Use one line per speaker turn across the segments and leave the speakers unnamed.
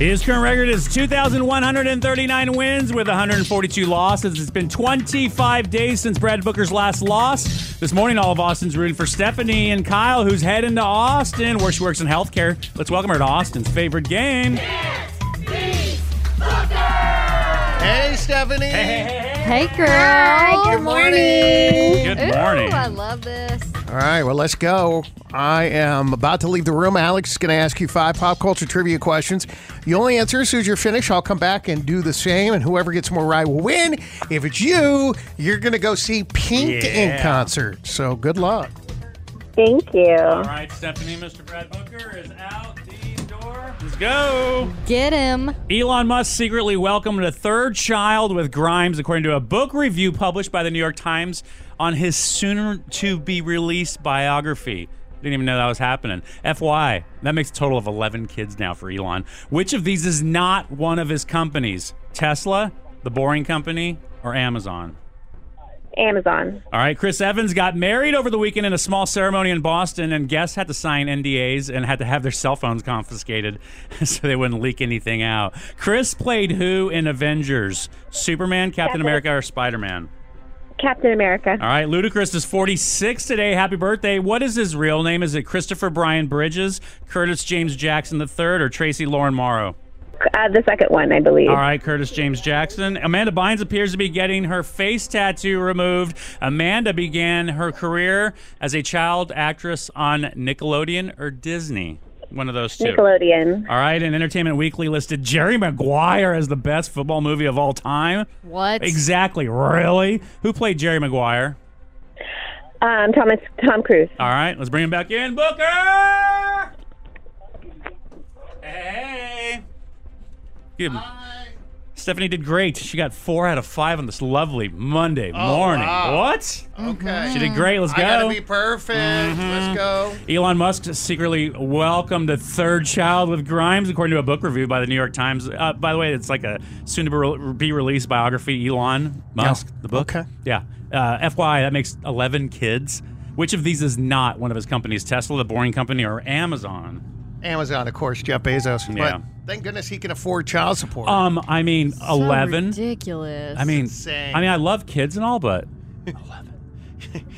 His current record is 2,139 wins with 142 losses. It's been 25 days since Brad Booker's last loss. This morning, all of Austin's rooting for Stephanie and Kyle, who's heading to Austin, where she works in healthcare. Let's welcome her to Austin's favorite game.
Hey, Stephanie.
Hey, girl.
Good morning.
Good
Ooh,
morning.
I love this.
All right, well, let's go. I am about to leave the room. Alex is going to ask you five pop culture trivia questions. You only answer as soon as you're finished. I'll come back and do the same, and whoever gets more right will win. If it's you, you're going to go see Pink
Yeah.
in concert. So good luck.
Thank
All
you.
right, Stephanie, Mr. Brad Booker is out the door. Let's go.
Get him.
Elon Musk secretly welcomed a third child with Grimes, according to a book review published by the New York Times on his sooner to be released biography. Didn't even know that was happening. FY, that makes a total of 11 kids now for Elon. Which of these is not one of his companies? Tesla, The Boring Company, or Amazon?
Amazon.
All right, Chris Evans got married over the weekend in a small ceremony in Boston, and guests had to sign NDAs and had to have their cell phones confiscated so they wouldn't leak anything out. Chris played who in Avengers? Superman, Captain America, or Spider Man?
Captain America.
All right, Ludacris is 46 today. Happy birthday. What is his real name? Is it Christopher Brian Bridges, Curtis James Jackson III, or Tracy Lauren Morrow?
Uh, the second one, I believe.
All right, Curtis James Jackson. Amanda Bynes appears to be getting her face tattoo removed. Amanda began her career as a child actress on Nickelodeon or Disney. One of those two.
Nickelodeon.
All right, and Entertainment Weekly listed Jerry Maguire as the best football movie of all time.
What?
Exactly. Really? Who played Jerry Maguire?
Um, Thomas Tom Cruise.
All right, let's bring him back in. Booker! Hey! Give him- Stephanie did great. She got four out of five on this lovely Monday morning.
Oh, wow.
What?
Okay.
She did great. Let's
I got
go.
to be perfect. Let's go.
Elon Musk secretly welcomed a third child with Grimes, according to a book review by the New York Times. Uh, by the way, it's like a soon to be re- be released biography, Elon Musk, the book.
Okay.
Yeah. Uh, FYI, that makes 11 kids. Which of these is not one of his companies? Tesla, the Boring Company, or Amazon?
Amazon, of course, Jeff Bezos.
Yeah.
But thank goodness he can afford child support.
Um, I mean,
So
11.
ridiculous.
I mean,
insane.
I mean, I love kids and all, but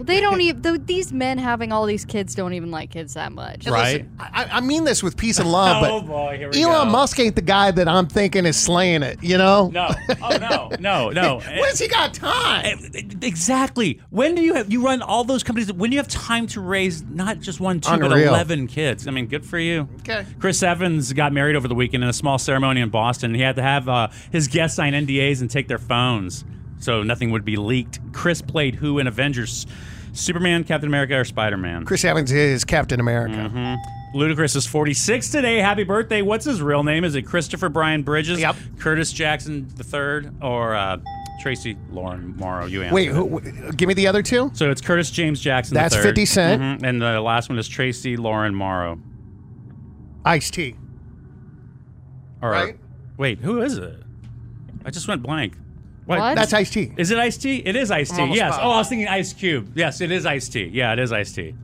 they don't even. th these men having all these kids don't even like kids that much.
And listen, I, I mean this with peace and love, but
Oh, boy, here we
Elon
go.
Musk ain't the guy that I'm thinking is slaying it, you know?
no, oh no, no, no.
What has he got time?
Exactly. When do you have you run all those companies? When do you have time to raise not just one, two, but
Unreal.
eleven kids? I mean, good for you.
Okay.
Chris Evans got married over the weekend in a small ceremony in Boston. He had to have uh, his guests sign NDAs and take their phones so nothing would be leaked. Chris played who in Avengers? Superman, Captain America, or Spider Man?
Chris Evans is Captain America.
Mm-hmm. Ludacris is 46 today. Happy birthday. What's his real name? Is it Christopher Brian Bridges,
Yep.
Curtis Jackson III, or uh, Tracy Lauren Morrow? You answer.
Wait, who, wh- give me the other two.
So it's Curtis James Jackson.
That's
III.
50 Cent.
Mhm. And the last one is Tracy Lauren Morrow.
Ice T.
Or,
Right.
Wait, who is it? I just went blank.
What?
That's Ice T.
Is it Ice T? It is Ice T.
almost
Yes.
positive.
Oh, I was thinking Ice Cube. Yes, it is Ice T. Yeah, it is Ice T.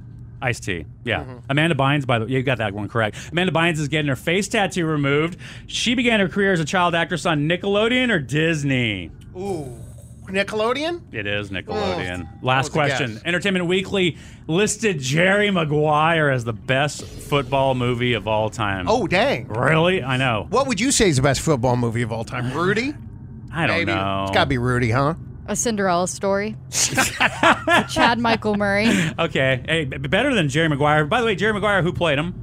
Ice T. Yeah. Amanda Bynes, by the way, you got that one correct. Amanda Bynes is getting her face tattoo removed. She began her career as a child actress on Nickelodeon or Disney?
Ooh. Nickelodeon?
It is
Oh,
Nickelodeon.
that was
Last
a
question.
guess.
Entertainment Weekly listed Jerry Maguire as the best football movie of all time.
Oh, dang.
really? I know.
What would you say is the best football movie of all time? Rudy?
I don't
Maybe.
know.
It's got to be Rudy, huh?
A Cinderella story. With Chad Michael Murray.
Okay. Hey, b- better than Jerry Maguire. By the way, Jerry Maguire, who played him?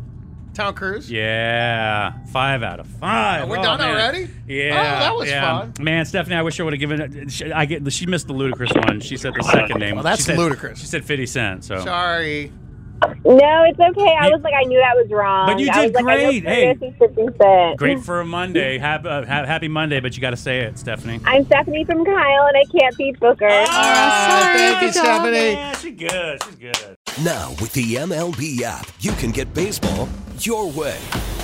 Tom Cruise?
Yeah. Five out of five.
Are we
Oh,
done
man.
already?
Yeah.
Oh, that was
yeah.
fun.
Man, Stephanie, I wish I would have given it. she- I get, she missed the ludicrous one. She said the second name.
Well, that's
She said-
ludicrous.
She said 50 Cent, so.
Sorry.
No, it's okay. I
You-
was like, I knew that was wrong.
But you did
I was like, I know
great. Hey.
Curtis is 50%.
Great for a Monday. Have, uh, ha- happy Monday, but you got to say it, Stephanie.
I'm Stephanie from Kyle, and I can't beat Booker.
Ah,
sorry,
thank you,
dog.
Stephanie.
Yeah, she's good. She's good.
Now, with the MLB app, you can get baseball your way.